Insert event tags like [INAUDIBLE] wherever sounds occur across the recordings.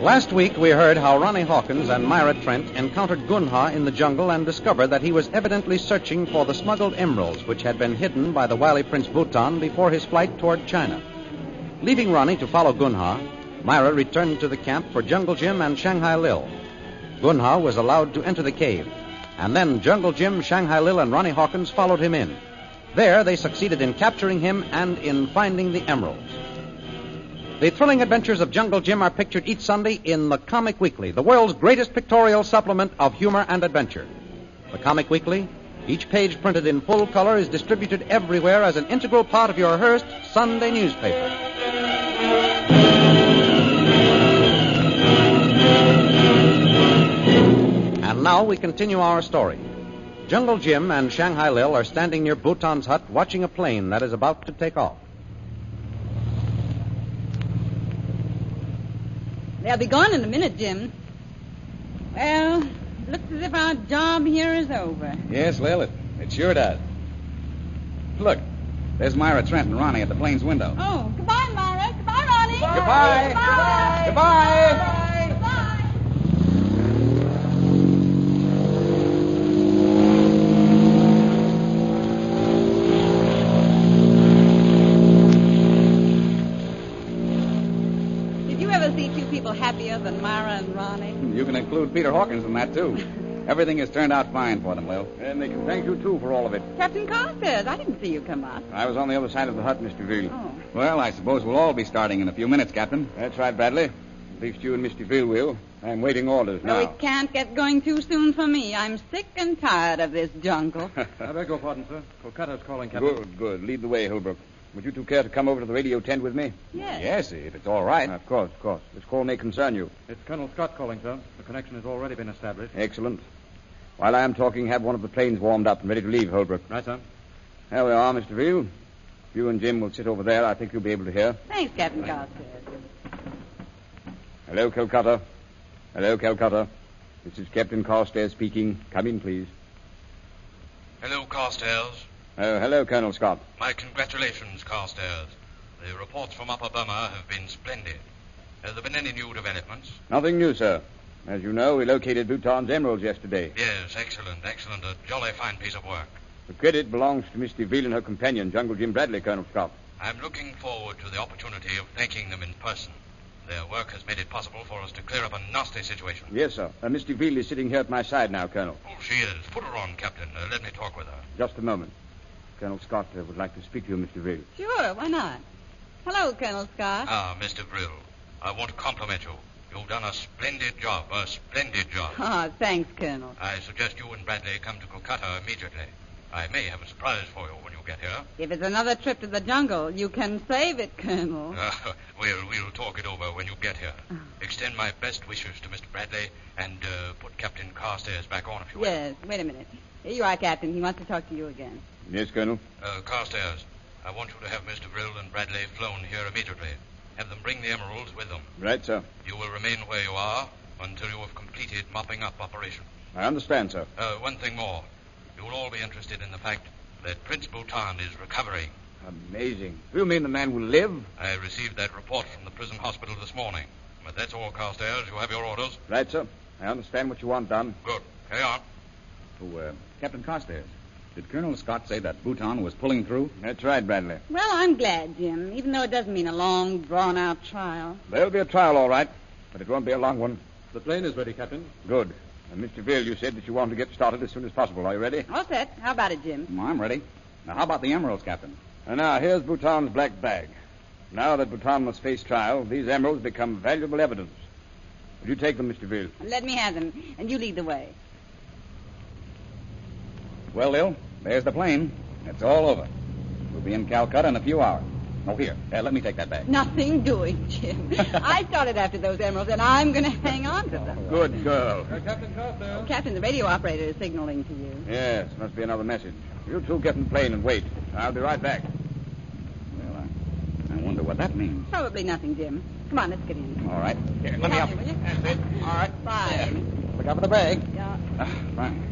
Last week, we heard how Ronnie Hawkins and Myra Trent encountered Gunha in the jungle and discovered that he was evidently searching for the smuggled emeralds which had been hidden by the wily Prince Bhutan before his flight toward China. Leaving Ronnie to follow Gunha, Myra returned to the camp for Jungle Jim and Shanghai Lil. Gunha was allowed to enter the cave, and then Jungle Jim, Shanghai Lil, and Ronnie Hawkins followed him in. There, they succeeded in capturing him and in finding the emeralds. The thrilling adventures of Jungle Jim are pictured each Sunday in the Comic Weekly, the world's greatest pictorial supplement of humor and adventure. The Comic Weekly, each page printed in full color, is distributed everywhere as an integral part of your Hearst Sunday newspaper. And now we continue our story. Jungle Jim and Shanghai Lil are standing near Bhutan's hut watching a plane that is about to take off. They'll be gone in a minute, Jim. Well, looks as if our job here is over. Yes, Lil, it, it sure does. Look, there's Myra Trent and Ronnie at the plane's window. Oh, goodbye, Myra. Goodbye, Ronnie. Goodbye. Goodbye. Goodbye. Goodbye. Did you ever see two people happier than Myra and Ronnie? You can include Peter Hawkins in that, too. [LAUGHS] Everything has turned out fine for them, Lil. And they can thank you, too, for all of it. Captain Carstairs, I didn't see you come up. I was on the other side of the hut, Mr. Veal. Oh. Well, I suppose we'll all be starting in a few minutes, Captain. That's right, Bradley. At least you and Mr. Veal will. I'm waiting orders Well, it can't get going too soon for me. I'm sick and tired of this jungle. [LAUGHS] I beg your pardon, sir. Kolkata's calling, Captain. Good, good. Lead the way, Hilbrook. Would you two care to come over to the radio tent with me? Yes. if it's all right. Of course, of course. This call may concern you. It's Colonel Scott calling, sir. The connection has already been established. Excellent. While I am talking, have one of the planes warmed up and ready to leave, Holbrook. Right, sir. There we are, Mr. Veal. If You and Jim will sit over there. I think you'll be able to hear. Thanks, Captain Carstairs. Hello, Calcutta. Hello, Calcutta. This is Captain Carstairs speaking. Come in, please. Hello, Carstairs. Oh, hello, Colonel Scott. My congratulations, Carstairs. The reports from Upper Burma have been splendid. Have there been any new developments? Nothing new, sir. As you know, we located Bhutan's emeralds yesterday. Yes, excellent, excellent. A jolly fine piece of work. The credit belongs to Miss DeVille and her companion, Jungle Jim Bradley, Colonel Scott. I'm looking forward to the opportunity of thanking them in person. Their work has made it possible for us to clear up a nasty situation. Yes, sir. Uh, Miss DeVille is sitting here at my side now, Colonel. Oh, she is. Put her on, Captain. Uh, let me talk with her. Just a moment. Colonel Scott uh, would like to speak to you, Miss DeVille. Sure, why not? Hello, Colonel Scott. Ah, Mr. Brill, I want to compliment you. You've done a splendid job, a splendid job. Ah, thanks, Colonel. I suggest you and Bradley come to Kolkata immediately. I may have a surprise for you when you get here. If it's another trip to the jungle, you can save it, Colonel. Uh, we'll, we'll talk it over when you get here. Extend my best wishes to Mr. Bradley and uh, put Captain Carstairs back on if you will. yes, wait a minute. Here you are, Captain. He wants to talk to you again. Yes, Colonel. Uh, Carstairs, I want you to have Mr. Brill and Bradley flown here immediately. Have them bring the emeralds with them. Right, sir. You will remain where you are until you have completed mopping up operation. I understand, sir. Uh, one thing more. You will all be interested in the fact that Prince Bhutan is recovering. Amazing. You mean the man will live? I received that report from the prison hospital this morning. But that's all, Carstairs. You have your orders. Right, sir. I understand what you want done. Good. Carry on. To uh, Captain Carstairs. Did Colonel Scott say that Bhutan was pulling through? That's right, Bradley. Well, I'm glad, Jim, even though it doesn't mean a long, drawn out trial. There'll be a trial, all right, but it won't be a long one. The plane is ready, Captain. Good. And Mr. Veal, you said that you wanted to get started as soon as possible. Are you ready? All set. How about it, Jim? I'm ready. Now, how about the emeralds, Captain? And Uh, now here's Bhutan's black bag. Now that Bhutan must face trial, these emeralds become valuable evidence. Will you take them, Mr. Veal? Let me have them, and you lead the way. Well, Lil, there's the plane. It's all over. We'll be in Calcutta in a few hours. Oh, here. Uh, let me take that bag. Nothing doing, Jim. I started after those emeralds, and I'm going to hang on to them. Good girl. Captain Carstairs. Captain, the radio operator is signaling to you. Yes, must be another message. You two get in the plane and wait. I'll be right back. Well, I, I wonder what that means. Probably nothing, Jim. Come on, let's get in. All right. Here, let me Come up. on, will you? That's it. All right. Fine. Look out for the bag. Yeah. Ah, fine.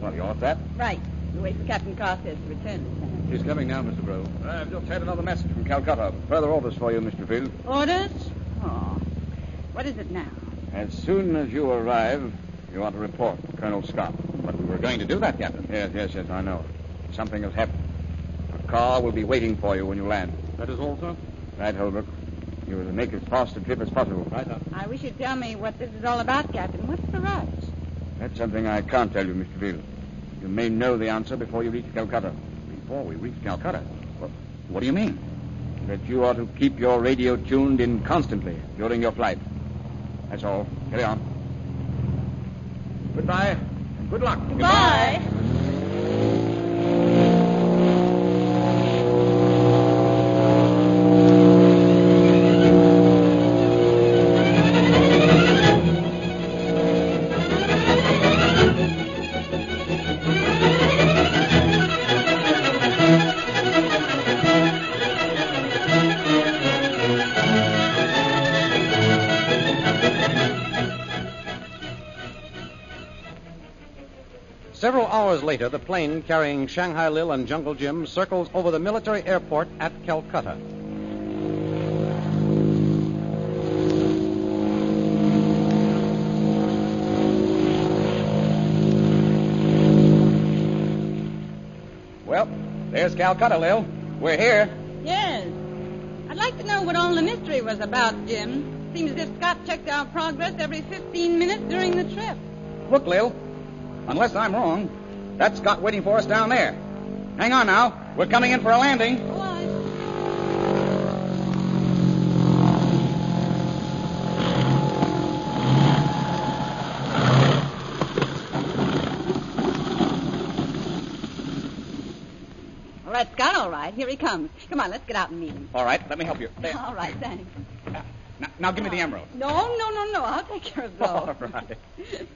Well, you all set? Right. We'll wait for Captain Carstairs to return. She's coming now, Mr. Brew. I've just had another message. From Calcutta. Further orders for you, Mr. Field. Orders? Oh. What is it now? As soon as you arrive, you are to report to Colonel Scott. But we We're going to do that, Captain. Yes, yes, yes, I know. Something has happened. A car will be waiting for you when you land. That is all, sir. Right, Holbrook. You are to make as fast a trip as possible. Right, sir. I wish you'd tell me what this is all about, Captain. What's the rush? That's something I can't tell you, Mr. Field. You may know the answer before you reach Calcutta. Before we reach Calcutta. What, what do you mean? That you are to keep your radio tuned in constantly during your flight. That's all. Carry on. Goodbye. and Good luck. Bye. Several hours later, the plane carrying Shanghai Lil and Jungle Jim circles over the military airport at Calcutta. Well, there's Calcutta, Lil. We're here. Yes. I'd like to know what all the mystery was about, Jim. Seems as if Scott checked our progress every 15 minutes during the trip. Look, Lil. Unless I'm wrong, that's Scott waiting for us down there. Hang on now. We're coming in for a landing. Why? All right, Scott, all right. Here he comes. Come on, let's get out and meet him. All right, let me help you. There. All right, thanks. Now, now give me the emerald. No, no, no, no. I'll take care of those. All right. [LAUGHS]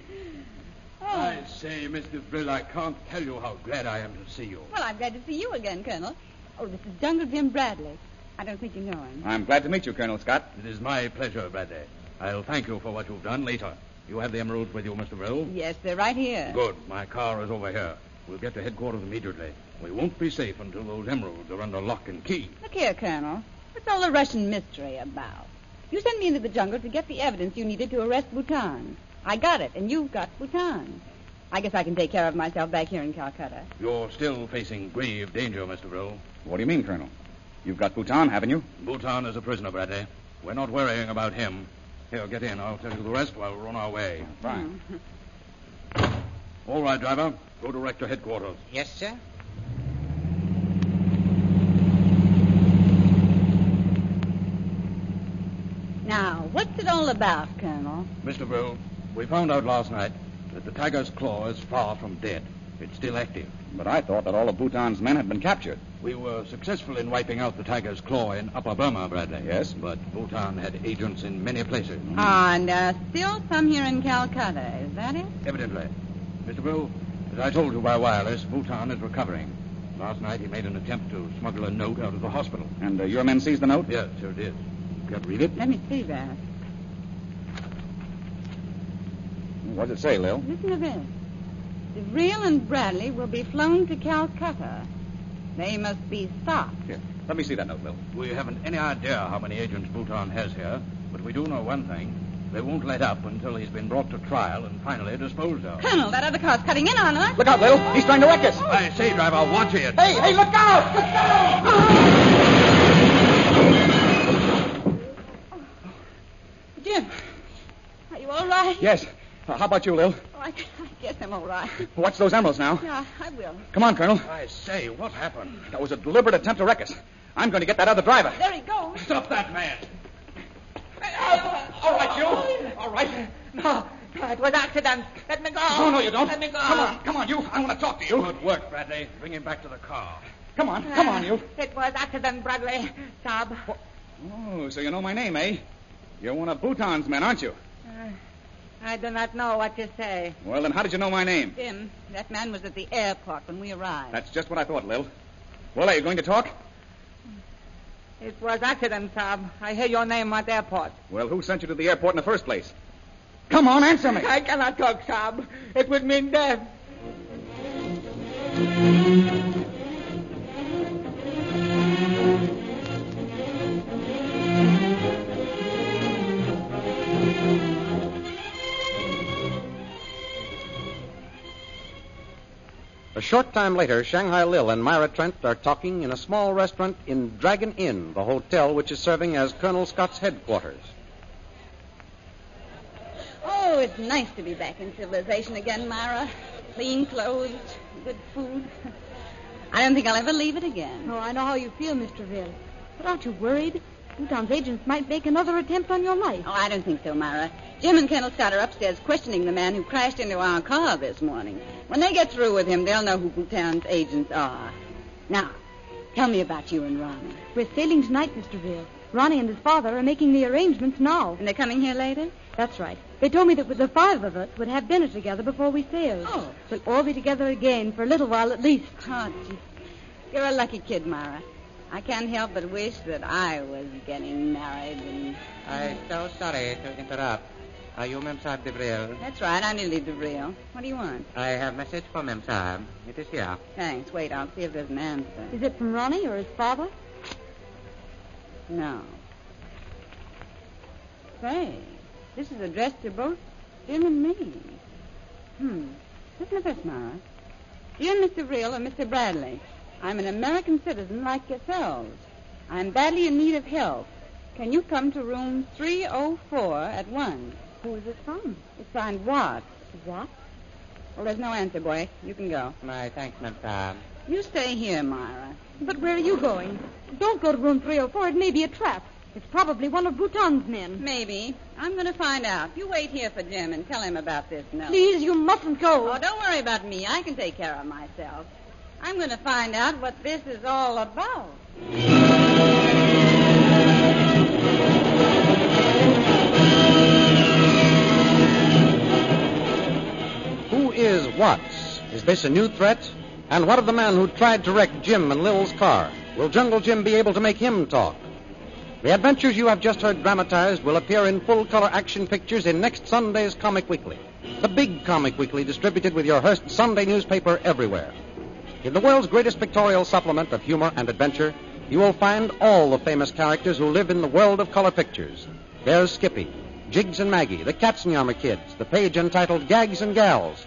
Oh. say, Mr. Brill, I can't tell you how glad I am to see you. Well, I'm glad to see you again, Colonel. Oh, this is Jungle Jim Bradley. I don't think you know him. I'm glad to meet you, Colonel Scott. It is my pleasure, Bradley. I'll thank you for what you've done later. You have the emeralds with you, Mr. Brill? Yes, they're right here. Good. My car is over here. We'll get to headquarters immediately. We won't be safe until those emeralds are under lock and key. Look here, Colonel. What's all the Russian mystery about? You sent me into the jungle to get the evidence you needed to arrest Bhutan. I got it, and you've got Bhutan. I guess I can take care of myself back here in Calcutta. You're still facing grave danger, Mr. Brill. What do you mean, Colonel? You've got Bhutan, haven't you? Bhutan is a prisoner, Bradley. We're not worrying about him. Here, get in. I'll tell you the rest while we're on our way. Fine. All right, driver. Go direct to headquarters. Yes, sir. Now, what's it all about, Colonel? Mr. Brill, we found out last night that the tiger's claw is far from dead. It's still active. But I thought that all of Bhutan's men had been captured. We were successful in wiping out the tiger's claw in Upper Burma, Bradley. Yes. But Bhutan had agents in many places. Ah, and uh, still some here in Calcutta. Is that it? Evidently. Mr. Brill, as I told you by wireless, Bhutan is recovering. Last night he made an attempt to smuggle a note out of the hospital. And uh, your men seized the note? Yes, here it is. Can't read it? Let me see that. What'd it say, Lil? Listen to this. The Real and Bradley will be flown to Calcutta. They must be stopped. Here, let me see that note, Bill. We haven't any idea how many agents Bouton has here, but we do know one thing. They won't let up until he's been brought to trial and finally disposed of. Colonel, that other car's cutting in on us. Look out, Bill. He's trying to wreck us. I say, driver, watch it. Hey, hey, look out! Look out! Jim, are you all right? Yes. Uh, how about you, Lil? Oh, I, I guess I'm all right. Watch those emeralds now. Yeah, I will. Come on, Colonel. I say, what happened? That was a deliberate attempt to wreck us. I'm going to get that other driver. There he goes. Stop that man. All right, you. All right. No. It was accident. Let me go. No, no, you don't. Come on, come on, you. I want to talk to you. Good work, Bradley. Bring him back to the car. Come on, come on, you. It was accident, Bradley. Sob. Oh, so you know my name, eh? You're one of Bhutan's men, aren't you? I do not know what to say. Well, then how did you know my name? Jim, that man was at the airport when we arrived. That's just what I thought, Lil. Well, are you going to talk? It was accident, Sob. I hear your name at airport. Well, who sent you to the airport in the first place? Come on, answer me. I cannot talk, Sob. It would mean death. A short time later, Shanghai Lil and Myra Trent are talking in a small restaurant in Dragon Inn, the hotel which is serving as Colonel Scott's headquarters. Oh, it's nice to be back in civilization again, Myra. Clean clothes, good food. I don't think I'll ever leave it again. Oh, I know how you feel, Miss Treville. But aren't you worried? Bhutan's agents might make another attempt on your life. Oh, I don't think so, Myra. Jim and Colonel Scott are upstairs questioning the man who crashed into our car this morning. When they get through with him, they'll know who Bhutan's agents are. Now, tell me about you and Ronnie. We're sailing tonight, Miss Treville. Ronnie and his father are making the arrangements now. And they're coming here later? That's right. They told me that the five of us would have dinner together before we sail. Oh. We'll all be together again for a little while at least. Oh, gee. You're a lucky kid, Myra. I can't help but wish that I was getting married and... I'm so sorry to interrupt. Uh, Are you Mem Saab de Bril? That's right, I nearly the real. What do you want? I have message for Mem Saab. It is here. Thanks. Wait, I'll see if there's an answer. Is it from Ronnie or his father? No. Say, this is addressed to both Jim and me. Hmm. Listen to this, Mara. Dear Mr. Real and Mr. Bradley, I'm an American citizen like yourselves. I'm badly in need of help. Can you come to room 304 at once? Who is it from? It's signed Watts. What? Well, there's no answer, boy. You can go. My thanks, Mem Saab. You stay here, Myra. But where are you going? Don't go to room 304. It may be a trap. It's probably one of Bhutan's men. Maybe. I'm going to find out. You wait here for Jim and tell him about this note. Please, you mustn't go. Oh, don't worry about me. I can take care of myself. I'm going to find out what this is all about. Who is Watts? Is this a new threat? And what of the man who tried to wreck Jim and Lil's car? Will Jungle Jim be able to make him talk? The adventures you have just heard dramatized will appear in full color action pictures in next Sunday's Comic Weekly, the big Comic Weekly distributed with your Hearst Sunday newspaper everywhere. In the world's greatest pictorial supplement of humor and adventure, you will find all the famous characters who live in the world of color pictures. There's Skippy, Jiggs and Maggie, the Katzenjammer Kids, the page entitled Gags and Gals,